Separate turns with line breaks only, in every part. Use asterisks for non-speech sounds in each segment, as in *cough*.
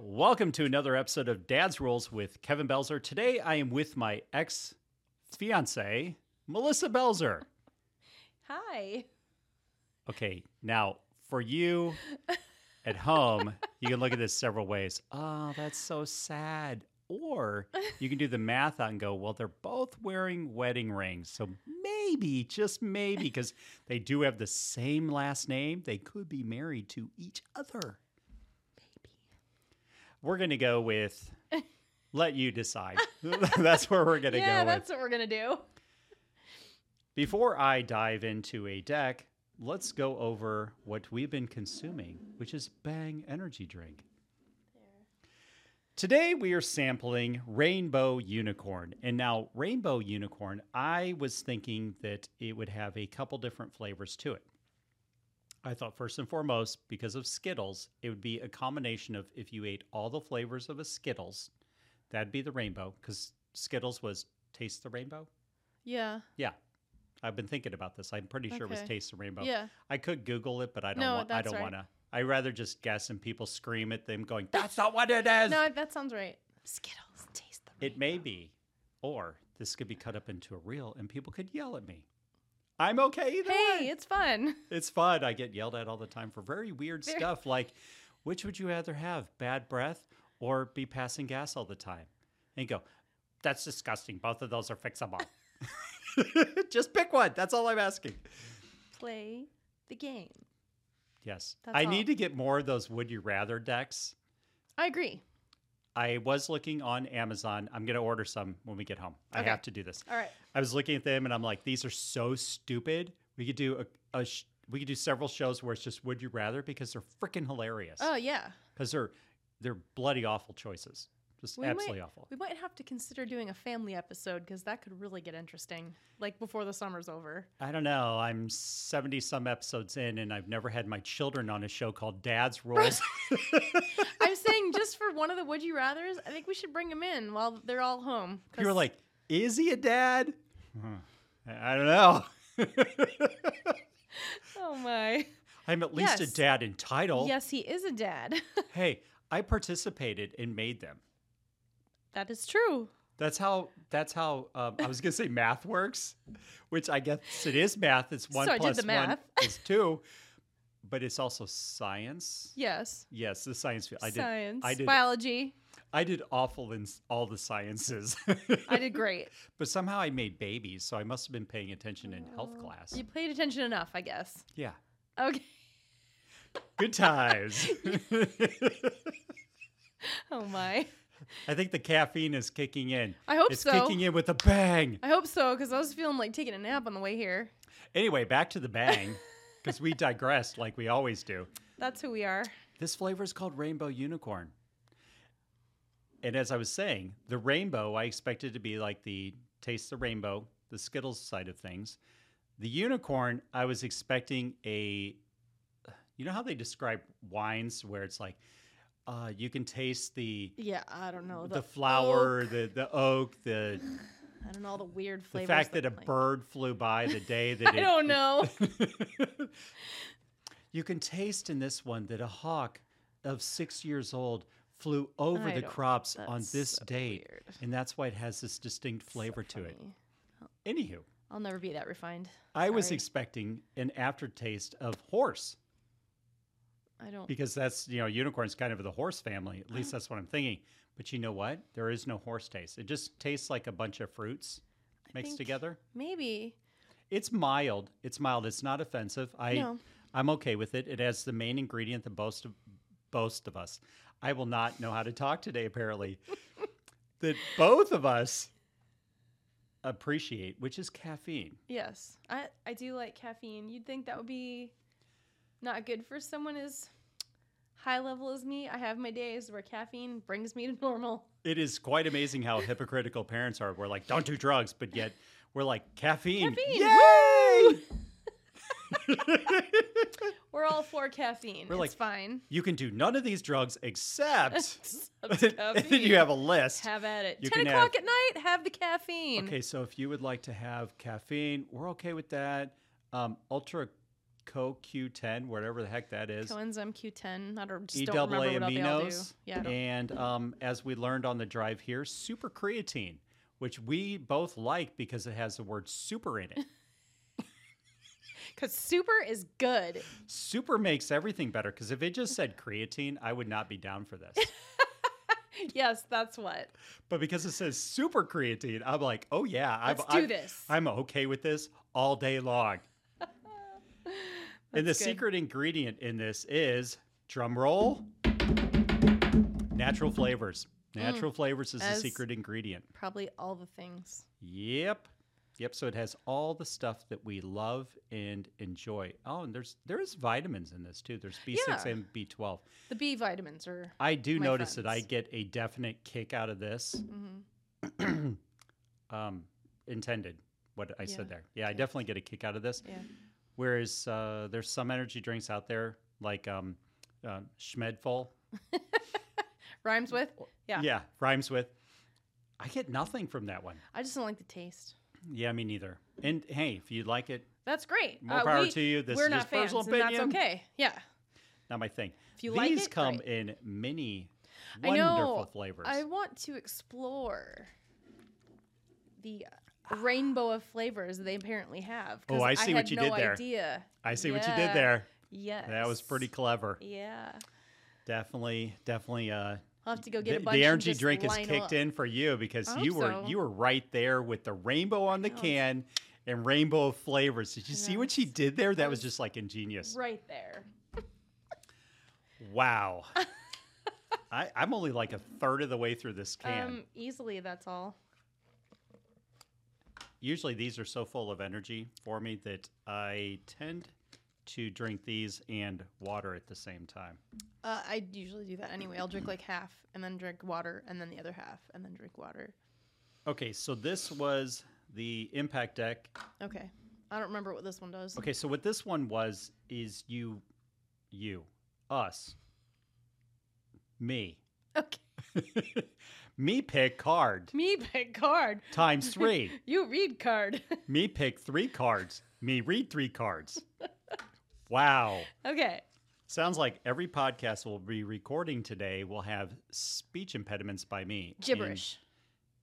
Welcome to another episode of Dad's Rules with Kevin Belzer. Today I am with my ex fiance, Melissa Belzer.
Hi.
Okay, now for you at home, you can look at this several ways. Oh, that's so sad. Or you can do the math on and go, well, they're both wearing wedding rings. So maybe, just maybe, because they do have the same last name, they could be married to each other. We're going to go with let you decide. *laughs* that's where we're going to go
yeah,
with.
that's what we're gonna do.
Before I dive into a deck, let's go over what we've been consuming, which is Bang Energy Drink. Today we are sampling Rainbow Unicorn. And now, Rainbow Unicorn, I was thinking that it would have a couple different flavors to it. I thought first and foremost, because of Skittles, it would be a combination of if you ate all the flavors of a Skittles, that'd be the rainbow, because Skittles was taste the rainbow.
Yeah.
Yeah. I've been thinking about this. I'm pretty sure it was
Okay.
Taste of Rainbow.
Yeah.
I could Google it, but I don't
No,
want I
that's
don't
right.
wanna. I rather just guess and people scream at them going, That's not what it is.
No, that sounds right. Skittles taste the
it may be. Or this could be cut up into a reel and people could yell at me. I'm okay either
Hey,
way.
it's fun.
It's fun. I get yelled at all the time for very weird
Very-
stuff like which would you rather have? Bad breath or be passing gas all the time? And you go, That's disgusting. Both of those are fixable. *laughs* just pick one. That's all I'm asking.
Play the game.
Yes.
That's
I
all.
need to get more of those would you rather decks.
I agree.
I was looking on Amazon. I'm going to order some when we get home. I
Okay.
have to do this.
All right.
I was looking at them and I'm like, these are so stupid. We could do a, a sh- we could do several shows where it's just would you rather because they're freaking hilarious.
Oh yeah.
Because they're they're bloody awful choices. Just
We might-
absolutely awful.
We might have to consider doing a family episode because that could really get interesting. Like before the summer's over.
I don't know. I'm 70 some episodes in and I've never had my children on a show called
*laughs*
Dad's Rules.
I'm saying *laughs* just for one of the would you rather's, I think we should bring them in while they're all home. 'cause-
You were like, is he a dad? Hmm. I I don't know. *laughs*
oh my.
I'm at least
Yes.
a dad in title.
Yes, he is a dad. *laughs*
Hey, I participated and made them.
that is true.
That's how. That's how. Um, I was gonna say math works, which I guess it is math. It's one
So I did
plus
the math.
one is two, but it's also science.
Yes.
Yes, the science field. I did.
Science.
I did.
Biology.
I did awful in s- all the sciences,
I did great.
*laughs* but somehow I made babies, so I must have been paying attention in health class.
You paid attention enough, I guess.
Yeah,
Okay.
good times.
*laughs*
*laughs*
Oh my.
I think the caffeine is kicking in.
I hope
it's
so.
kicking in with a bang.
I hope so because I was feeling like taking a nap on the way here.
Anyway, back to the bang, because we digressed like we always do.
That's who we are.
This flavor is called Rainbow Unicorn. And as I was saying, the rainbow, I expected to be like the taste the rainbow, the Skittles side of things. The unicorn, I was expecting a, you know how they describe wines where it's like, uh, you can taste the
Yeah, I don't know Oh,
the, flower, the the oak, the
I don't know all the weird
the
flavors.
fact that a
like-
bird flew by the day that
*laughs* I
it, *laughs*
don't know.
you can taste in this one that a hawk of six years old flew over
I
the
don't-
crops on
that's
this
so
date.
weird.
And that's why it has this distinct flavor to it.
Funny.
Anywho,
I'll never be that refined.
I was
Sorry.
expecting an aftertaste of horse
I don't.
because that's, you know, unicorn's kind of the horse family. At least that's what I'm thinking. But you know what? There is no horse taste. It just tastes like a bunch of fruits mixed
think-
together.
Maybe.
It's mild. It's mild. It's not offensive. I
No.
I'm okay with it. It has the main ingredient that boast of boast of us. I will not know how to talk today, apparently. that both of us appreciate, which is caffeine.
Yes. I I do like caffeine. You'd think that would be not good for someone as high level as me. I have my days where caffeine brings me to *laughs* normal.
It is quite amazing how hypocritical parents are. We're like, don't do drugs, but yet we're like caffeine.
Caffeine,
Yay!
We're all for caffeine.
We're
it's
like- *laughs*
fine.
*laughs* you can do none of these drugs
*laughs*
except *laughs*
Have
and then you have a list.
Have at it.
You
Ten
can
o'clock
have-
at night. Have the caffeine.
Okay, so if you would like to have caffeine, we're okay with that. Um, ultra CoQ10, whatever the heck that is.
Coenzyme Q10. I don't, just
E
don't remember
double A
what all they all do.
aminos,
Yeah. I don't-
and um, as we learned on the drive here, super creatine, which we both like because it has the word super in
*laughs*
it.
*laughs* Cause super is good. *laughs*
super makes everything better because if it just said creatine, I would not be down for this.
yes, that's what.
but because it says super creatine, I'm like, oh yeah, I've,
Let's do
I've-
this.
I'm okay with this all day
*laughs*
long. and the
That's good.
secret ingredient in this is drum roll, natural flavors. Natural flavors is
Mm. as-
the secret ingredient.
Probably all the things.
Yep. Yep. So it has all the stuff that we love and enjoy. Oh, and there's there's vitamins in this too. There's B6
Yeah.
and B12.
The B vitamins are.
I do
My
notice that I
friends.
get a definite kick out of this.
mhm.
Um, intended. What I
Yeah.
said there. Yeah, I definitely get a kick out of this.
Yeah.
Whereas uh, there's some energy drinks out there like um, uh, Schmedful.
Rhymes with. Yeah.
yeah, rhymes with. I get nothing from that one.
I just don't like the taste.
Yeah, me neither. And hey, if you like it,
That's great.
More
Uh,
power
we-
to you. This
we're
is
not
just personal
fans, and that's
opinion.
okay. Yeah.
not my thing.
If you
These
like it,
come
great.
in many
I know.
wonderful flavors.
I want to explore the uh, rainbow of flavors they apparently have. 'cause
Oh, I see what
had
you
no
did there.
Idea.
I see what you did
Yeah.
there.
Yes.
That was pretty clever.
Yeah.
Definitely, definitely. Uh,
I'll have to go get
the,
a
the
bunch. and
energy
just
drink is
line
kicked
up.
in for you because
I hope
you were
so.
you were right there with the rainbow on the
know.
can and rainbow of flavors. Did you see what she did there? That was just like ingenious.
Right there. *laughs*
Wow. I, I'm only like a third of the way through this can.
Um, easily. That's all.
Usually these are so full of energy for me that I tend to drink these and water at the same time.
Uh, I usually do that anyway. I'll drink like half, and then drink water, and then the other half, and then drink water.
Okay, so this was the impact deck.
Okay. I don't remember what this one does.
Okay, so what this one was is you, you, us, me,
*laughs*
*laughs*
Okay.
me pick card
Me pick card.
times
*laughs*
three.
You read card. *laughs*
me pick three cards. Me read three cards. Wow.
okay.
Sounds like every podcast we'll be recording today will have speech impediments by me. and-
Gibberish.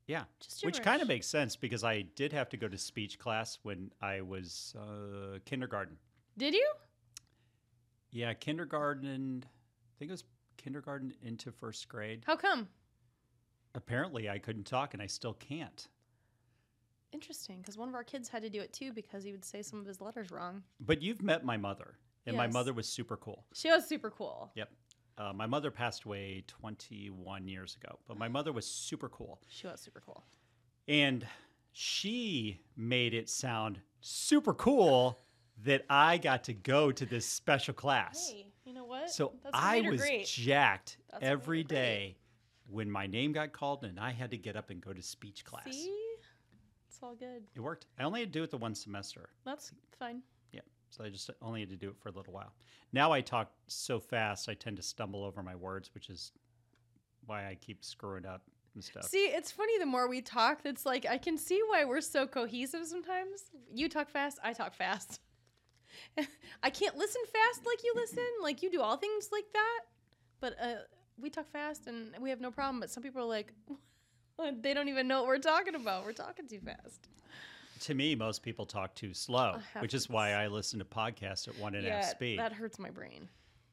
yeah.
Just
Which kind of
gibberish.
makes sense because I did have to go to speech class when I was uh, kindergarten.
Did you?
Yeah, kindergarten. I think it was kindergarten into first grade.
How come?
Apparently, I couldn't talk, and I still can't.
Interesting, because one of our kids had to do it too because he would say some of his letters wrong.
But you've met my mother, and my
Yes.
mother was super cool.
She was super cool.
Yep. Uh, my mother passed away 21 years ago, but my mother was super cool,
She was super cool.
and she made it sound super cool that I got to go to this special class.
Hey, you know what?
So
That's
I
great or
was
great.
jacked
That's great or
every
great.
day when my name got called and I had to get up and go to speech class.
See, it's all good.
It worked. I only had to do it the one semester.
That's fine.
Yeah. So I just only had to do it for a little while. Now I talk so fast, I tend to stumble over my words, which is why I keep screwing up and stuff.
See, it's funny. The more we talk, it's like I can see why we're so cohesive sometimes. You talk fast, I talk fast. *laughs* I can't listen fast like you listen. Like you do all things like that. But uh, we talk fast and we have no problem. But some people are like, *laughs* they don't even know what we're talking about. We're talking too fast.
to me, most people talk too slow,
have
which
to
is why I listen to podcasts at one and a half speed.
that hurts my brain.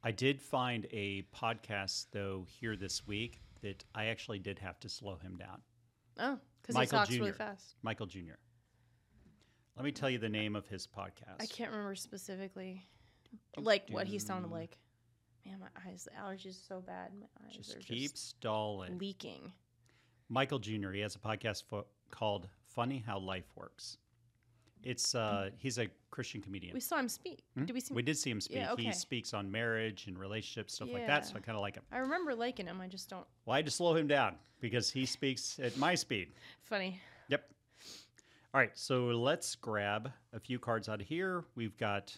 I did find a podcast, though, here this week that I actually did have to slow him down.
Oh, because he
Michael
talks really
Jr..
fast.
Michael Jr. Let me tell you the name of his podcast.
I can't remember specifically, like what he sounded like. Man, my eyes, the allergies are so bad. My eyes are
Just keep stalling.
just leaking.
Michael Jr. He has a podcast fo- called "Funny How Life Works." It's uh, he's a Christian comedian.
We saw him speak. Did we see?
Hmm? We did see him speak.
Yeah,
He
okay.
speaks on marriage and relationships, stuff like that. So I
Yeah.
kind of like him.
I remember liking him. I just don't.
Well, I had to slow him down because he speaks at my speed.
Funny.
Yep. All right, so let's grab a few cards out of here. We've got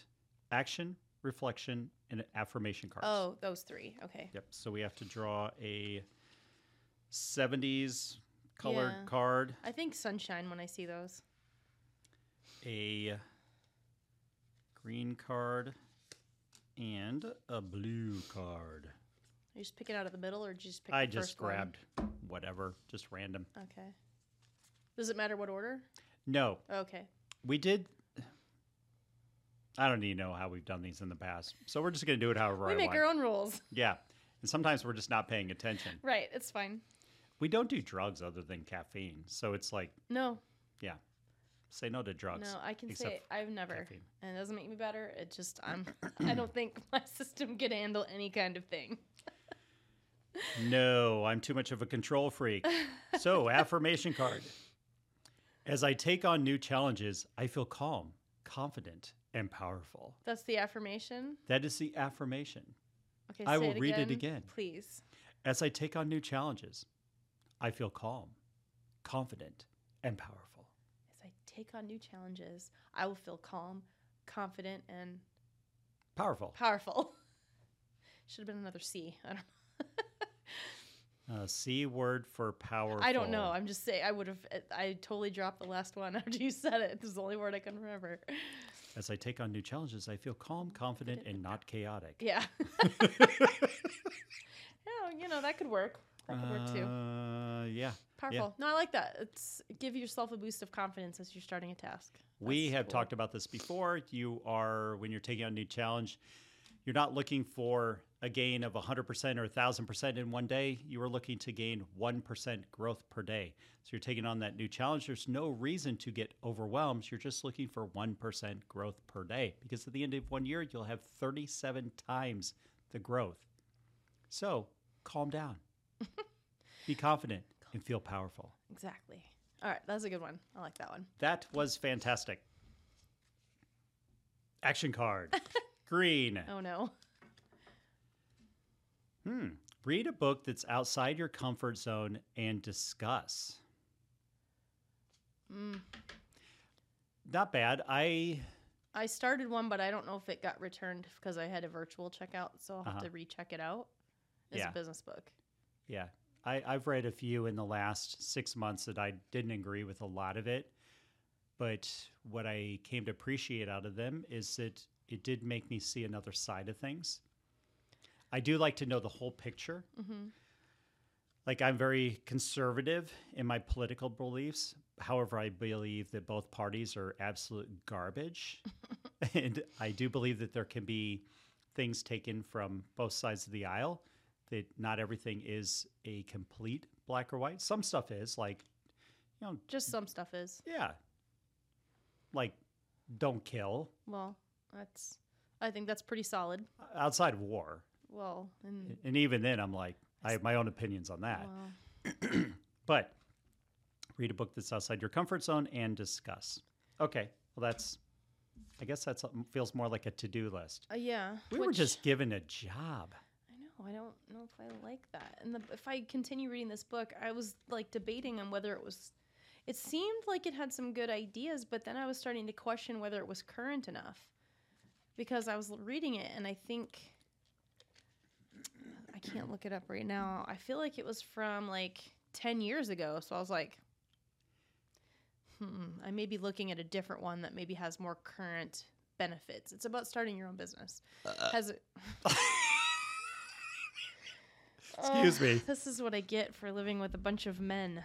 action, reflection, and affirmation cards.
Oh, those three. Okay.
Yep. So we have to draw a 70s colored
Yeah.
card,
I think sunshine when I see those.
a green card and a blue card.
You just pick it out of the middle, or did you just pick?
I
the
just
first one?
grabbed whatever, just random.
Okay. Does it matter what order?
No,
Okay.
we did. I don't even know how we've done these in the past, so we're just going to do it however
we
I
make
want.
our own rules. *laughs*
yeah, and sometimes we're just not paying attention.
Right. It's fine.
We don't do drugs other than caffeine, so it's like
No.
say no to drugs.
No, I can
Oh, except
say I've never,
caffeine.
and it doesn't make me better. It just
*clears throat*
I'm. I don't think my *laughs* system could handle any kind of thing.
No, I'm too much of a control freak.
*laughs*
So, affirmation card. As I take on new challenges, I feel calm, confident, and powerful.
That's the affirmation.
That is the affirmation.
Okay.
I
say
will read it again.
please.
As I take on new challenges, I feel calm, confident, and powerful.
As I take on new challenges, I will feel calm, confident, and
Powerful.
powerful. *laughs* Should have been another C. I don't. *laughs*
Uh, C word for powerful.
I don't know. I'm just saying. I would have. I totally dropped the last one *laughs* after you said it. This is the only word I can remember. *laughs*
As I take on new challenges, I feel calm, confident, and not chaotic.
Yeah. *laughs* yeah. You know that could work. That could work too.
Uh, yeah.
Powerful. No, I like that. It's give yourself a boost of confidence as you're starting a task.
We
That's
have
cool.
talked about this before. You are, when you're taking on a new challenge, you're not looking for a gain of 100% or 1,000% in one day. You are looking to gain 1% growth per day. So you're taking on that new challenge. There's no reason to get overwhelmed. You're just looking for 1% growth per day because at the end of one year, you'll have 37 times the growth. So calm
*laughs*
down, be confident, and feel powerful.
Exactly. All right, that's a good one. I like that one.
That was fantastic. Action card. Green.
Oh no.
Hmm. Read a book that's outside your comfort zone and discuss.
Mm.
Not bad. I
I started one, but I don't know if it got returned because I had a virtual checkout, so I'll have
Uh-huh.
to recheck it out. It's
Yeah.
a business book.
yeah. I, I've read a few in the last six months that I didn't agree with a lot of it. But what I came to appreciate out of them is that it did make me see another side of things. I do like to know the whole picture.
hmm
like I'm very conservative in my political beliefs. However, I believe that both parties are absolute garbage. and I do believe that there can be things taken from both sides of the aisle, that not everything is a complete black or white. Some stuff is, like, you know,
Just some stuff is.
yeah, like don't kill
Well, that's. I think that's pretty solid.
outside of war.
Well, and
And even then, I'm like, I have my own opinions on that.
well,
But read a book that's outside your comfort zone and discuss. Okay. Well, that's, I guess that's um, feels more like a to do list.
uh, yeah.
We were
which-
just given a job.
I know. I don't know if I like that. And the, if I continue reading this book, I was like debating on whether it was. It seemed like it had some good ideas, but then I was starting to question whether it was current enough, because I was l- reading it and I think. I can't look it up right now. I feel like it was from like ten years ago, so I was like. Hmm, I may be looking at a different one that maybe has more current benefits. It's about starting your own business.
Uh,
Has it?
Excuse
Ugh,
me.
*laughs* This is what I get for living with a bunch of men.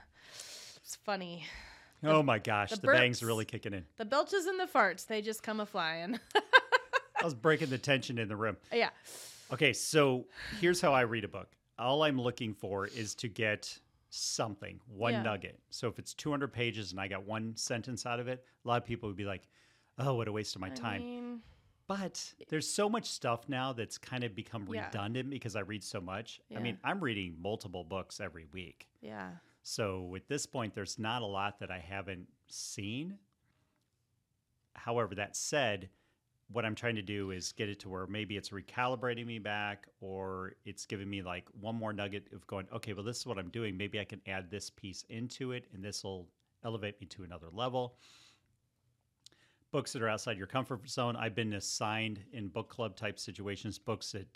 It's funny.
*laughs* oh my gosh. The,
the
bang's
burps.
really kicking in.
The belches and the farts, they just come a flying. *laughs*
I was breaking the tension in the room.
yeah.
Okay. So here's how I read a book all I'm looking for is to get something, one
Yeah.
nugget. So if it's 200 pages and I got one sentence out of it, a lot of people would be like, oh, what a waste of my
I
time.
mean,
But there's so much stuff now that's kind of become
Yeah.
redundant because I read so much. I
Yeah.
mean, I'm reading multiple books every week.
yeah.
So at this point, there's not a lot that I haven't seen. However, that said, what I'm trying to do is get it to where maybe it's recalibrating me back or it's giving me like one more nugget of going, okay, well, this is what I'm doing. Maybe I can add this piece into it and this will elevate me to another level. Books that are outside your comfort zone. I've been assigned in book club type situations, books that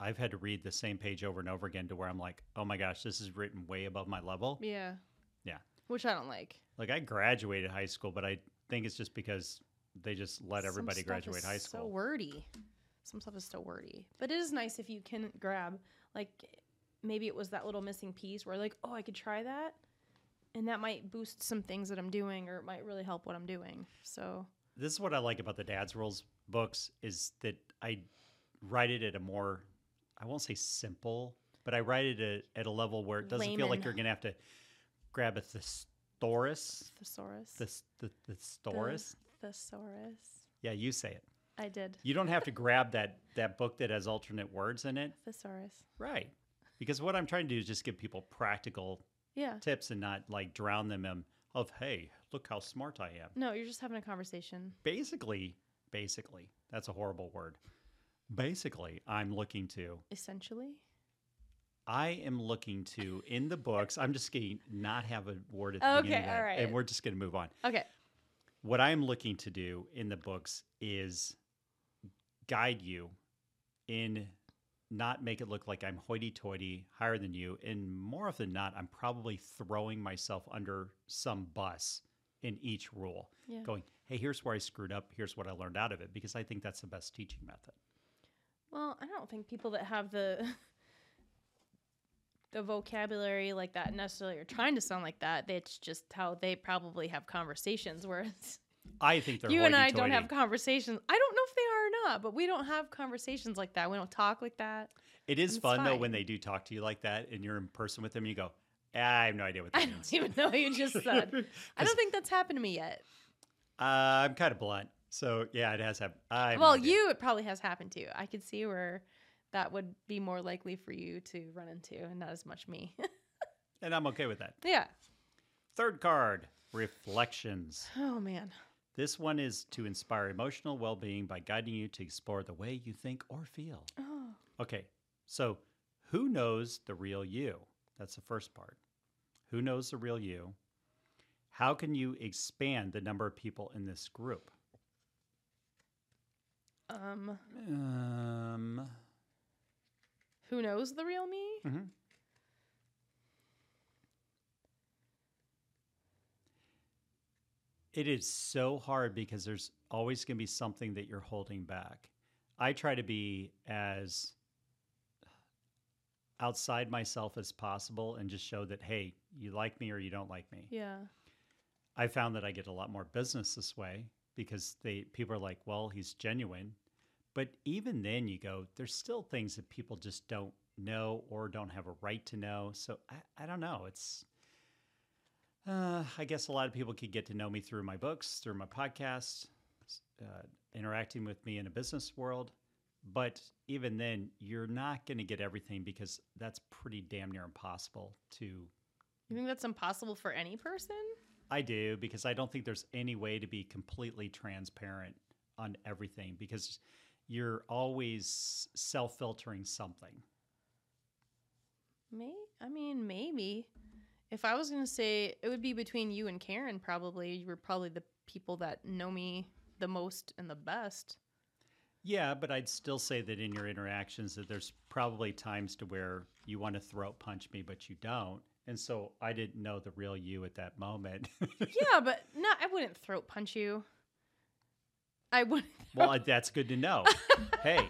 I've had to read the same page over and over again to where I'm like, oh my gosh, this is written way above my level.
Yeah.
Yeah.
Which I don't like.
Like I graduated high school, but I think it's just because they just let
Some
everybody
stuff
graduate
is
high
So
school.
wordy. Some stuff is so wordy, but it is nice if you can grab like maybe it was that little missing piece where like oh I could try that, and that might boost some things that I'm doing or it might really help what I'm doing. So
this is what I like about the Dad's Rules books is that I write it at a more, I won't say simple, but I write it at, at a level where it doesn't feel
Layman.
like you're going to have to grab a thesaurus.
thesaurus,
This, the, the thesaurus?
thesaurus.
Yeah, you say it.
I did
You don't have to grab that that book that has alternate words in it.
thesaurus.
Right. Because what I'm trying to do is just give people practical
Yeah.
tips and not like drown them in of hey, look how smart I am.
No, you're just having a conversation.
Basically, basically, that's a horrible word. Basically, I'm looking to
Essentially,
I am looking to in the books. I'm just going to not have a word at the beginning
Okay,
of that,
all right.
and we're just going to move on.
okay.
What I am looking to do in the books is guide you in not make it look like I'm hoity-toity, higher than you, and more often than not, I'm probably throwing myself under some bus in each rule,
Yeah.
going, "Hey, here's where I screwed up. Here's what I learned out of it," because I think that's the best teaching method.
Well, I don't think people that have the *laughs* the vocabulary like that necessarily are trying to sound like that. That's just how they probably have conversations. Whereas
I think they're
you and I don't
hoity-toity.
have conversations. I don't know if they are or not, but we don't have conversations like that. We don't talk like that. *laughs*
It is
It's
fun though when
fine.
they do talk to you like that, and you're in person with them, and you go, "Ah, "I have no idea what that
*laughs* I
means."
don't even know what you just said.
*laughs*
I don't think that's happened to me yet.
uh, I'm kind of blunt, so yeah, it has happened. I have no
Well,
idea.
you it probably has happened to. you. I could see where that would be more likely for you to run into, and not as much me. *laughs*
and I'm okay with that.
yeah.
Third card, reflections.
Oh man. *gasps*
This one is to inspire emotional well-being by guiding you to explore the way you think or feel.
Oh.
Okay, so who knows the real you? That's the first part. Who knows the real you? How can you expand the number of people in this group?
Um.
Um,
Who knows the real me?
Mhm. It is so hard because there's always going to be something that you're holding back. I try to be as outside myself as possible and just show that, hey, you like me or you don't like me.
Yeah.
I found that I get a lot more business this way because they people are like, well, he's genuine. But even then you go, there's still things that people just don't know or don't have a right to know. So I, I don't know. It's uh, I guess a lot of people could get to know me through my books, through my podcasts, uh, interacting with me in a business world. But even then, you're not going to get everything because that's pretty damn near impossible to
You think that's impossible for any person?
I do because I don't think there's any way to be completely transparent on everything because you're always self filtering something.
May I mean maybe. If I was gonna say it would be between you and Karen, probably you were probably the people that know me the most and
*laughs*
the best.
Yeah, but I'd still say that in your interactions that there's probably times to where you want to throat punch me but you don't. And so I didn't know the real you at that moment. *laughs*
yeah, but no, I wouldn't throat punch you. I wouldn't.
well, that's good to know. hey,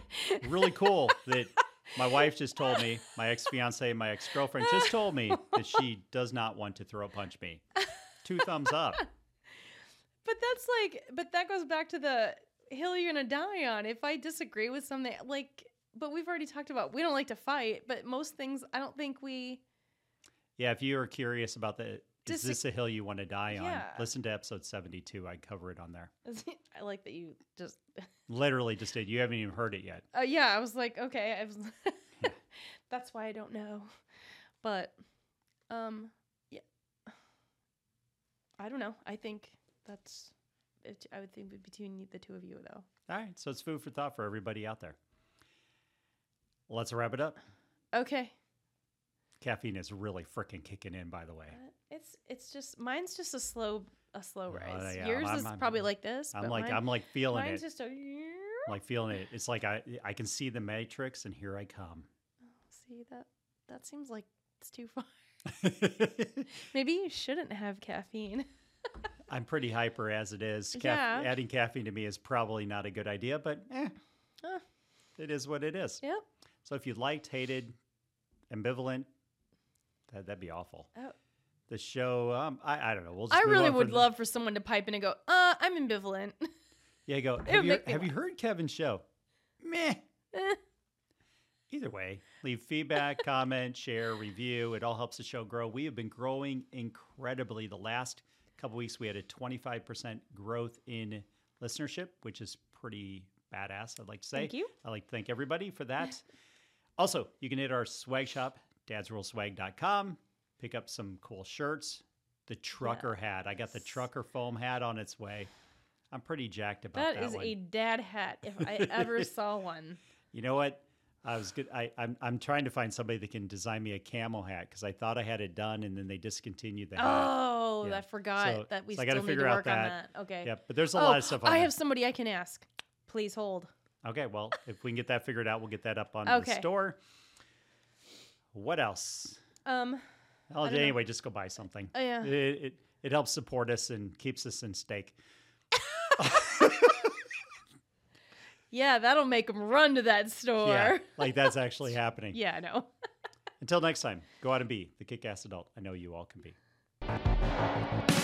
really cool that my wife just told me, my ex fiance, my ex girlfriend just told me that she does not want to throat punch me. Two thumbs up.
But that's like, but that goes back to the hill you're gonna die on. If I disagree with something, like, but we've already talked about we don't like to fight, but most things I don't think we. *laughs*
Yeah, if you are curious about the is
Dis-
this a hill you want to die on?
Yeah.
Listen to episode 72. I cover it on there.
I like that you just
Literally just did. You haven't even heard it yet.
Uh, yeah, I was like, okay, I was. *laughs* That's why I don't know, but, um, yeah, I don't know. I think that's. It, I would think would be between the two of you though.
All right. So it's food for thought for everybody out there. Let's wrap it up.
Okay,
Caffeine is really freaking kicking in, by the way.
Uh, it's it's just mine's just a slow a slow
Well,
rise.
yeah,
Yours
I'm-
is
I'm-
probably like this.
I'm
but
like
mine-
I'm like feeling it.
mine's just a.
I'm like feeling it. It's like I I can see the matrix and here I
*laughs*
come.
See that that seems *laughs* like it's too far. Maybe you shouldn't have caffeine. *laughs*
I'm pretty hyper as it is. Caf-
Yeah.
Adding caffeine to me is probably not a good idea, but eh,
Uh.
it is what it is.
Yep.
So if you liked, hated, ambivalent, that, that'd be awful.
Oh.
The show, um, I, I don't know. We'll just
I
move
really
on from
would
the-
love for someone to pipe in and go, uh, I'm ambivalent. *laughs*
Yeah, go.
would
Have, you,
make me
have you heard Kevin's show? Meh.
Eh.
Either way, leave
*laughs*
feedback, comment, share, review. It all helps the show grow. We have been growing incredibly. The last couple weeks, we had a 25% growth in listenership, which is pretty badass, I'd like to say.
Thank you.
I'd like to thank everybody for that. also, you can hit our swag shop, dadsworldswag.com, pick up some cool shirts. The trucker hat. I got the
Yes.
trucker foam hat on its way. I'm pretty jacked about that.
that is
one.
a dad hat if
*laughs*
I ever saw one.
You know what? I was good. I, I'm I'm trying to find somebody that can design me a camel hat because I thought I had it done and then they discontinued the hat.
Oh,
Yeah.
I forgot
So-
that we
so I
still
gotta
need
figure
to
out
work on
that.
that. Okay.
Yep, but there's a
oh,
lot of stuff. On
I
there.
have somebody I can ask. Please hold.
Okay, well, if we can get that figured out, we'll get that up on the
Okay.
store. What else?
Um,
Well,
don't know.
anyway, just go buy something.
oh, yeah.
It, it it helps support us and keeps us in stake.
Yeah, that'll make them run to that store. *laughs*
Yeah, like that's actually happening.
yeah I know.
Until next time, go out and be the kick ass adult I know you all can be.